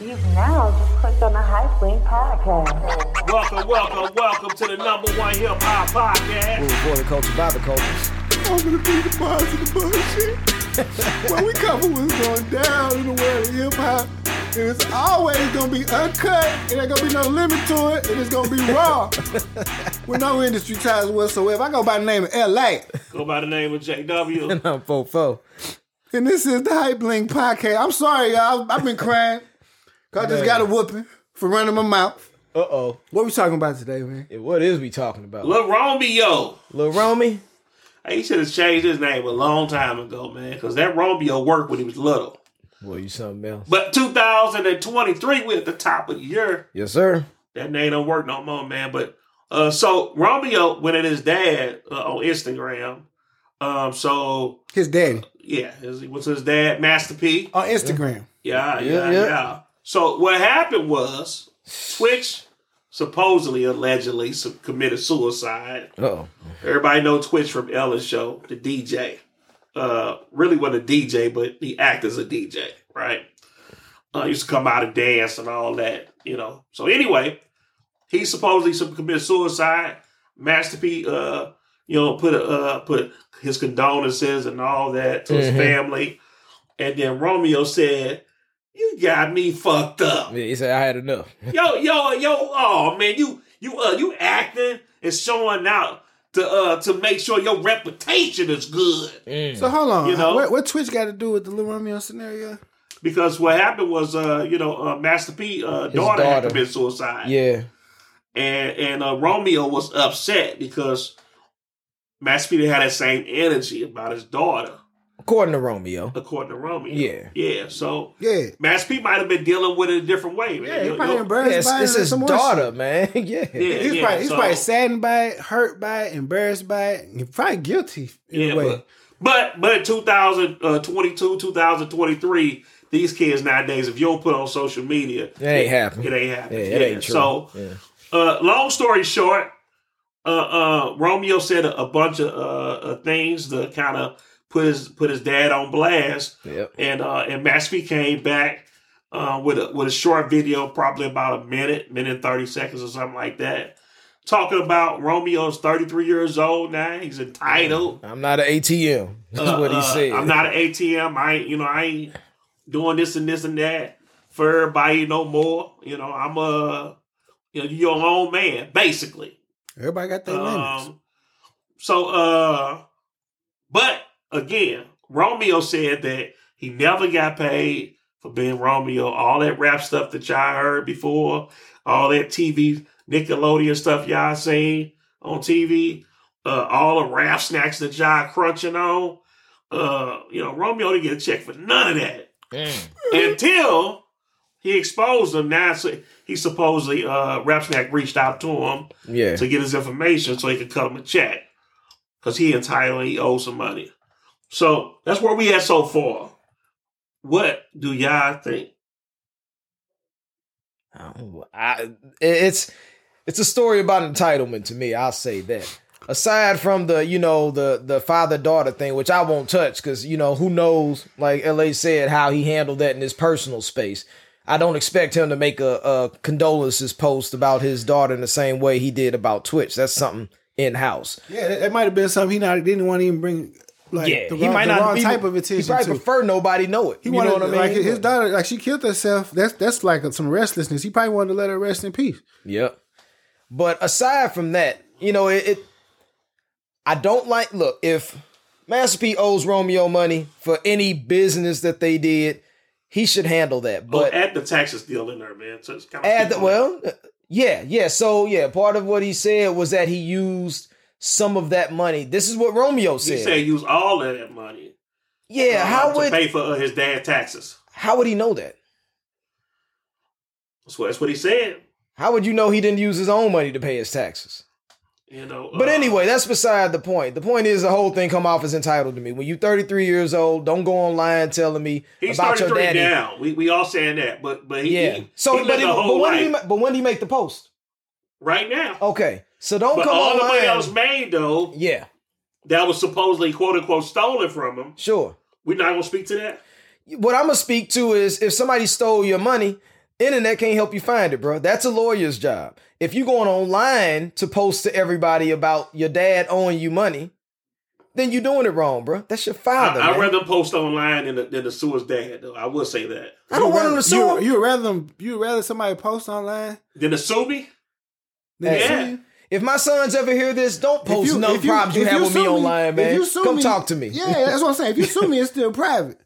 You've now just clicked on the Hype Link podcast. Welcome, welcome, welcome to the number one hip hop podcast. We're for the culture by the culture. I'm gonna be the boss of the bullshit. when we cover what's going down in the world of hip hop, and it's always gonna be uncut. It ain't gonna be no limit to it, and it's gonna be raw. With no industry ties whatsoever. I go by the name of LA. Go by the name of JW. I'm fofo. And this is the Hype Link Podcast. I'm sorry, y'all. I've been crying. Cause I just got a whooping for running my mouth. Uh oh. What we talking about today, man? What is we talking about? Lil Romeo. Lil Romy? He should have changed his name a long time ago, man, because that Romeo worked when he was little. Boy, you something else. But 2023, we're at the top of the year. Yes, sir. That name don't work no more, man. But uh, so Romeo went at his dad uh, on Instagram. Um, so His daddy yeah, his, what's his dad? Master P. on Instagram. Yeah, Yeah, yeah, yeah, yeah. So what happened was Twitch supposedly, allegedly su- committed suicide. Uh oh. Everybody know Twitch from Ellen's show, the DJ. Uh, really wasn't a DJ, but he acted as a DJ, right? Uh, used to come out and dance and all that, you know. So anyway, he supposedly su- committed suicide. Master P, uh, you know, put a, uh, put his condolences and all that to his Mhm. family, and then Romeo said, "You got me fucked up." Yeah, he said, I had enough. yo, yo, yo, oh man, you you uh you acting and showing out to uh to make sure your reputation is good. Mm. So hold on. You know? what, what Twitch got to do with the Lil Romeo scenario? Because what happened was uh, you know, uh Master P uh His daughter, had daughter. committed suicide. yeah. And and uh Romeo was upset because Master P had that same energy about his daughter, According to Romeo. according to Romeo. Yeah. Yeah. So Yeah. Master P might have been dealing with it a different way, man. Yeah, he Yo- probably yo- embarrassed Yes, by it. it's or his some more daughter, man. yeah. Yeah. He's probably he's so- probably saddened by it, hurt by it, embarrassed by it, and probably guilty in Yeah, a way. but but but uh, 2022, 2023, these kids nowadays, if you don't put on social media, That ain't happening. it ain't happening. Yeah, it Yeah, ain't true. So, Yeah. uh, long story short, uh, uh, Romeo said a, a bunch of uh, uh, things to kind of put his put his dad on blast, Yep. and uh, and Maspie came back uh, with a, with a short video, probably about a minute, minute and thirty seconds or something like that. Talking about Romeo's 33 years old now. He's entitled. I'm not an ATM. That's Uh, what he uh, said. I'm not an ATM. I ain't, you know, I ain't doing this and this and that for everybody no more. You know, I'm a, you know, you're your own man, basically. Everybody got their limits. Um, so, uh, but again, Romeo said that he never got paid for being Romeo. All that rap stuff that y'all heard before, all that TV Nickelodeon stuff y'all seen on TV, uh, all the rap snacks that y'all crunching on. Uh, you know, Romeo didn't get a check for none of that Mm. until he exposed him. Now so he supposedly uh, Rap Snack reached out to him Yeah. to get his information so he could cut him a check because he entitled he owes some money. So that's where we at so far. What do y'all think? I don't- Oh, I, it's it's a story about entitlement to me. I'll say that. Aside from the you know the the father daughter thing, which I won't touch because you know who knows, like La said, how he handled that in his personal space. I don't expect him to make a, a condolences post about his daughter in the same way he did about Twitch. That's something in house. yeah, that, that might have been something he not didn't want to even bring. Like the wrong, the wrong type of He attention. probably to. prefer nobody know it. He you wanted know what I mean? like his daughter, like she killed herself. That's that's like some restlessness. He probably wanted to let her rest in peace. Yep. But aside from that, you know, it, it I don't like look, if Master P owes Romeo money for any business that they did, he should handle that. But But add the taxes deal in there, man. So it's kind of add the, well, yeah, yeah. So yeah, part of what he said was that he used some of that money. This is what Romeo he said. said use all of that money. yeah, uh, how to would pay for uh, his dad's taxes? how would he know that? That's what that's what he said. How would you know he didn't use his own money to pay his taxes? You know. But uh, anyway, that's beside the point. The point is the whole thing come off as entitled to me. When you 33 years old, don't go online telling me He's about your 33 daddy. down. We we all saying that, but but he, Yeah. he- so, he but, lived he, a but whole when life did he, ma- but when did he make the post? right now. Okay, so don't but come all the online. money that was made though, yeah, that was supposedly quote unquote stolen from him. sure. We're not gonna speak to that. What I'm gonna speak to is if somebody stole your money, Internet can't help you find it, bro. That's a lawyer's job. If you going online to post to everybody about your dad owing you money, then you doing it wrong, bro. That's your father. I, man. I'd rather post online than the, than the sewer's dad, though. I will say that. I don't want him to sue You, him. you rather them, you rather somebody post online Than the sue me? than Hey. sue you? If my sons ever hear this, don't If post no problems you, if have with sue me, online, if man. you sue Come talk to me. Yeah, that's what I'm saying. If you sue me, it's still private.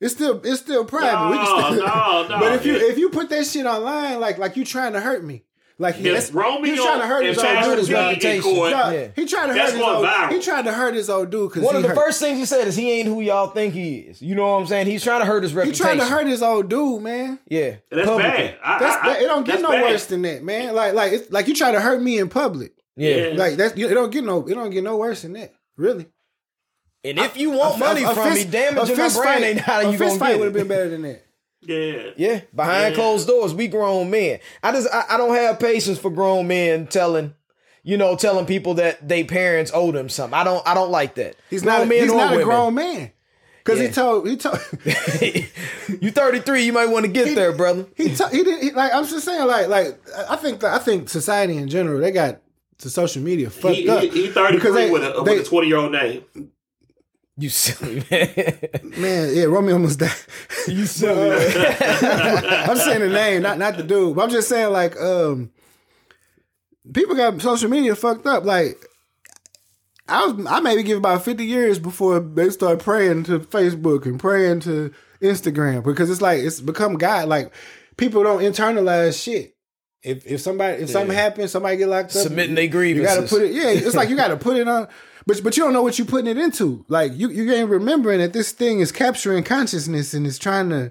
It's still it's still private. We can No, still- no, no. but if you Yeah. if you put that shit online, like like you trying to hurt me, like he- Yes, that's- Romeo he's trying to hurt and his old dude. Pastor his P in reputation. court. No, Yeah. He tried to That's hurt his going old. viral. He tried to hurt his old dude because One of he the hurt. first things he said is he ain't who y'all think he is. You know what I'm saying? He's trying to hurt his He reputation. tried to hurt his old dude, man. Yeah, And that's publicly. bad. I, That's I- that, it. Don't get that's no bad. worse than that, man. Like like it's like you try to hurt me in public. Yeah. Yeah. Like that's you- it don't get no it don't get no worse than that. Really. And if you Oh, want money from me, damaging my brain ain't how you a fist gonna fight get would it. have been better than that. Yeah. yeah, behind Yeah. closed doors, we grown men. I just I, I don't have patience for grown men telling, you know, telling people that they parents owe them something. I don't I don't like that. He's not. men he's or not a women. grown man. Because Yeah. he told he told you 33, you might want to get there, brother. he to, he didn't he, like. I'm just saying like like I think I think society in general they got to social media fucked He, up. he, he 33 Because they- with a they- with a 20 year old name. You silly man. Man, yeah, Romeo almost died. you silly. man. I'm saying the name, not not the dude. But I'm just saying like um, people got social media fucked up. Like I was I maybe give about 50 years before they start praying to Facebook and praying to Instagram because it's like it's become God. Like people don't internalize shit. If if somebody if something happens, somebody get locked up. Submitting their You gotta grievances. put it. Yeah, it's like you gotta put it on. But but you don't know what you're putting it into. Like you you ain't remembering that this thing is capturing consciousness and it's trying to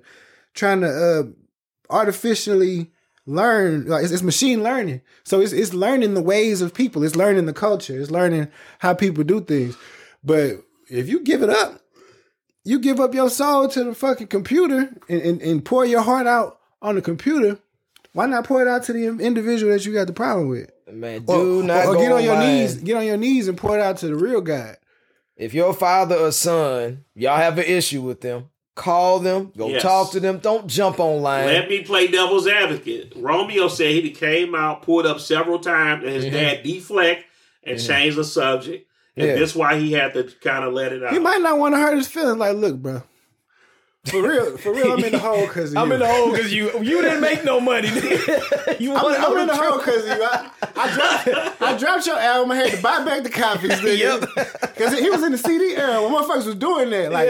trying to uh artificially learn like it's, it's machine learning so it's it's learning the ways of people it's learning the culture it's learning how people do things but if you give it up you give up your soul to the fucking computer and, and, and pour your heart out on the computer why not pour it out to the individual that you got the problem with Man, Or- do not or, or go get on your online. knees get on your knees and pour it out to the real god If your father or son, y'all have an issue with them, call them, go Yes. talk to them. Don't jump online. Let me play devil's advocate. Romeo said he came out, pulled up several times, and his dad deflect and changed the subject. And Yeah. that's why he had to kind of let it out. he might not want to hurt his feelings like look bro for real for real i'm in the hole because I'm in the hole because you you didn't make no money. you I'm, want in- I'm in the hole because you. I, I, dropped, I dropped your album. I had to buy back the copies, nigga. Because he was in the CD era when motherfuckers was doing that. Like,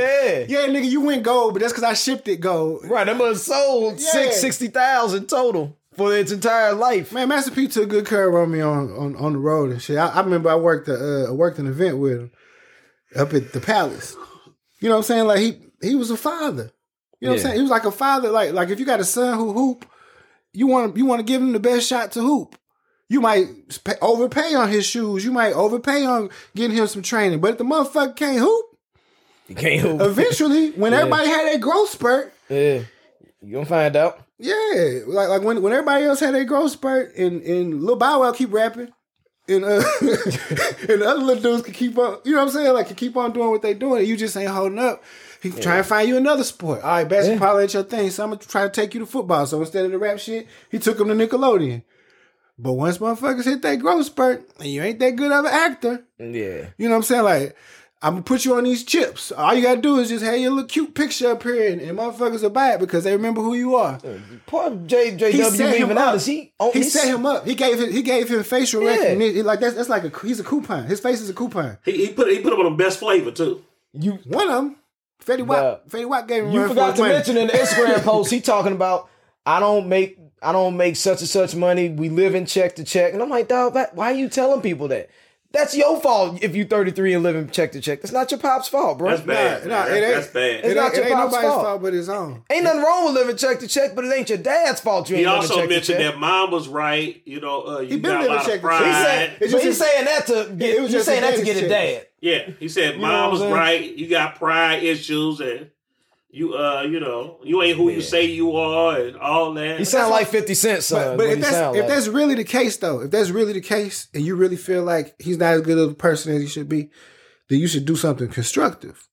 Yeah. nigga, you went gold, but that's because I shipped it gold. Right, I must sold Yeah. six sixty thousand total for its entire life. Man, Master P took good care of me on, on, on the road and shit. I, I remember I worked a, uh, worked an event with him up at the Palace. You know what I'm saying? Like he he was a father. You know what I'm Yeah. saying? He was like a father. Like like if you got a son who hoop, you want you want to give him the best shot to hoop. You might sp- overpay on his shoes. You might overpay on getting him some training. But if the motherfucker can't hoop, You can't hoop. Uh, eventually, when everybody had that growth spurt, yeah, you gonna find out. yeah, like like when when everybody else had their growth spurt and and Lil Bow Wow keep rapping. And uh, and the other little dudes can keep on, you know what I'm saying? Like can keep on doing what they doing. You just ain't holding up. He try and find you another sport. All right, basketball ain't your thing, so I'm gonna try to take you to football. So instead of the rap shit, he took him to Nickelodeon. But once motherfuckers hit that growth spurt, and you ain't that good of an actor, Yeah, you know what I'm saying? Like, I'm gonna put you on these chips. All you gotta do is just have your little cute picture up here, and, and motherfuckers will buy it because they remember who you are. poor JJW He set him even up. out. Is he? Oh, He he's- set him up. He gave him. He gave him facial Yeah. recognition. Like that's that's like a he's a coupon. His face is a coupon. he, he put he put him on the best flavor too. You One of them, Fetty Wap. Fetty Wap gave him. You run forgot to for his money. mention in the Instagram post, he talking about I don't make I don't make such and such money. We live in check to check, and I'm like, dog, that- why are you telling people that? That's your fault if you 33 and living check to check. That's not your pop's fault, bro. That's bad. Nah, man. it ain't. that's, that's bad. It, It's not ain't, your it ain't pop's nobody's fault. fault. but his own. Ain't nothing wrong with living check to check, but it ain't your dad's fault. You He ain't living also check mentioned to check. that mom was right. You know, uh, you been got a living lot check of to check. He He pride. said, It's but just he's his- saying that to get, it was he's just saying his that to dad's get a check. dad. yeah, he said know what mom I'm was saying? right. You got pride issues, and you uh, you know, you ain't who you say you are, and all that. You sound like 50 Cent, son. But what if he that's sound if like. that's really the case though, if that's really the case, and you really feel like he's not as good of a person as he should be, then you should do something constructive.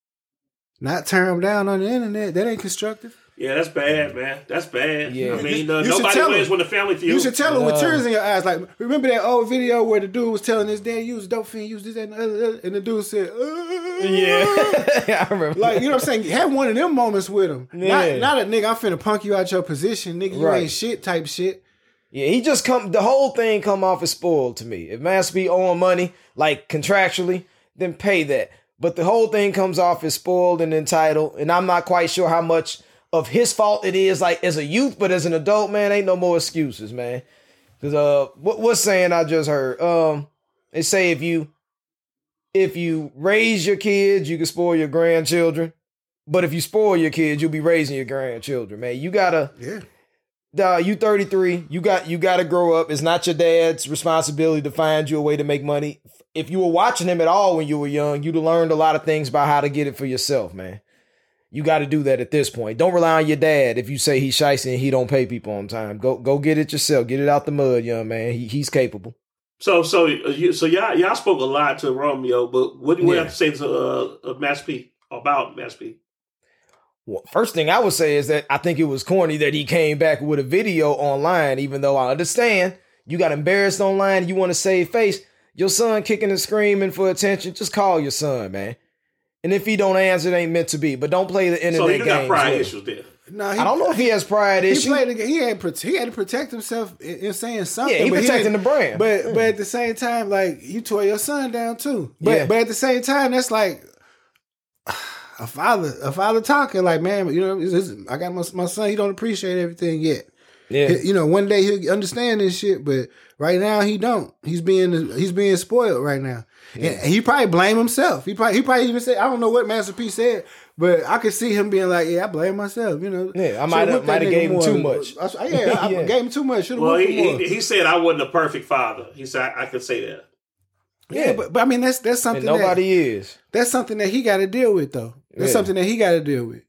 Not tear him down on the internet. That ain't constructive. Yeah, that's bad, man. That's bad. Yeah. I mean, You- uh, you should nobody tell wins him. when the family feud. You should tell him with No. tears in your eyes. Like, remember that old video where the dude was telling his dad, "Use dope fiend, use this that, and the other," and the dude said, "Uh." Yeah, I remember. Like, you know what I'm saying? Have one of them moments with him. Yeah. Not, not a nigga, I'm finna punk you out your position, nigga. You Right. ain't shit type shit. Yeah, he just come. The whole thing come off as spoiled to me. If Master P owing money, like contractually, then pay that. But the whole thing comes off as spoiled and entitled, and I'm not quite sure how much of his fault it is. Like as a youth, but as an adult, man, ain't no more excuses, man. Cause uh, what what saying I just heard? Um, they say if you if you raise your kids, you can spoil your grandchildren. But if you spoil your kids, you'll be raising your grandchildren, man. You gotta Yeah. Nah, you 33. You got you got to grow up. It's not your dad's responsibility to find you a way to make money. If you were watching him at all when you were young, you'd have learned a lot of things about how to get it for yourself, man. You got to do that at this point. Don't rely on your dad if you say he's shiesty and he don't pay people on time. Go go get it yourself. Get it out the mud, young man. He, he's capable. So, so, uh, you, so y'all, y'all spoke a lot to Romeo, but what do you Yeah. have to say to uh, uh, Mass P about Mass P? Well, first thing I would say is that I think it was corny that he came back with a video online, even though I understand you got embarrassed online, you want to save face. Your son kicking and screaming for attention, just call your son, man. And if he don't answer, it ain't meant to be. But don't play the So he internet do got games. pride with him. issues there. Nah, he, I don't know if he has pride he issues. played. the game. He had prote- he had to protect himself in, in saying something. Yeah, he but protecting didn't- the brand. Mm. But but at the same time, like you tore your son down too. But Yeah. but at the same time, that's like a father a father talking like man, you know, this is- I got my my son. He don't appreciate everything yet. yeah, You know, one day he'll understand this shit, but right now he don't. He's being he's being spoiled right now, and he probably blame himself. He probably he probably even said, I don't know what Master P said, but I could see him being like, yeah, I blame myself. You know, Yeah, I Should've might have- whipped that might have nigga gave him more. too much. I, I- yeah, I Yeah. gave him too much. Should have Well, whipped he, him more. he, he said I wasn't a perfect father. He said I, I could say that. yeah, but, but I mean that's that's something and nobody is. that, that's something that he got to deal with though. That's Yeah. something that he got to deal with.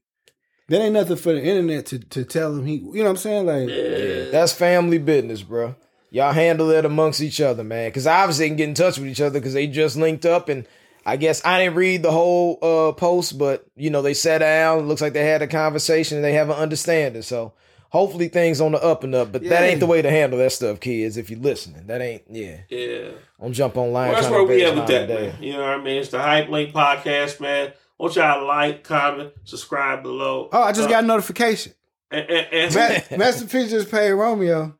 That ain't nothing for the internet to, to tell him. He, you know what I'm saying? Like, That's family business, bro. Y'all handle it amongst each other, man. Because obviously they can get in touch with each other because they just linked up. And I guess I didn't read the whole uh, post, but you know they sat down. looks like they had a conversation and they have an understanding. So hopefully things on the up and up. But that Yeah. ain't the way to handle that stuff, kids. If you're listening, that ain't yeah. Yeah. Don't jump online. Well, that's trying where to we at bash with mom that, and dad. man. You know what I mean? It's the Hype Link Podcast, man. Want y'all to like, comment, subscribe below. oh, I just Uh, got a notification. And, and, and- Ma- Master P just paid Romeo,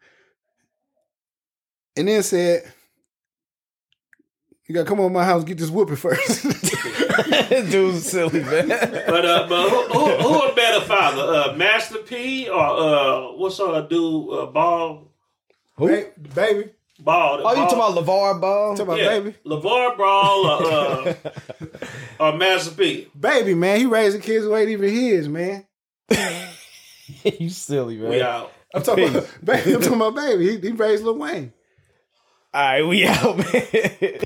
and then said, "You gotta come over my house and get this whooping first. Dude's silly man. but uh, but who, who, who a better father, uh, Master P or uh, what's uh dude uh, Ball Who? Ba- baby, Ball? Oh, you Ball- talking about LeVar Ball? talking about yeah, baby, Levar Brawl or, uh, or Master P? baby, man. He raising kids who ain't even his, man. you silly man. We out. I'm talking about Peace. baby. I'm talking about baby. He, he raised Lil Wayne. All right, we out, man.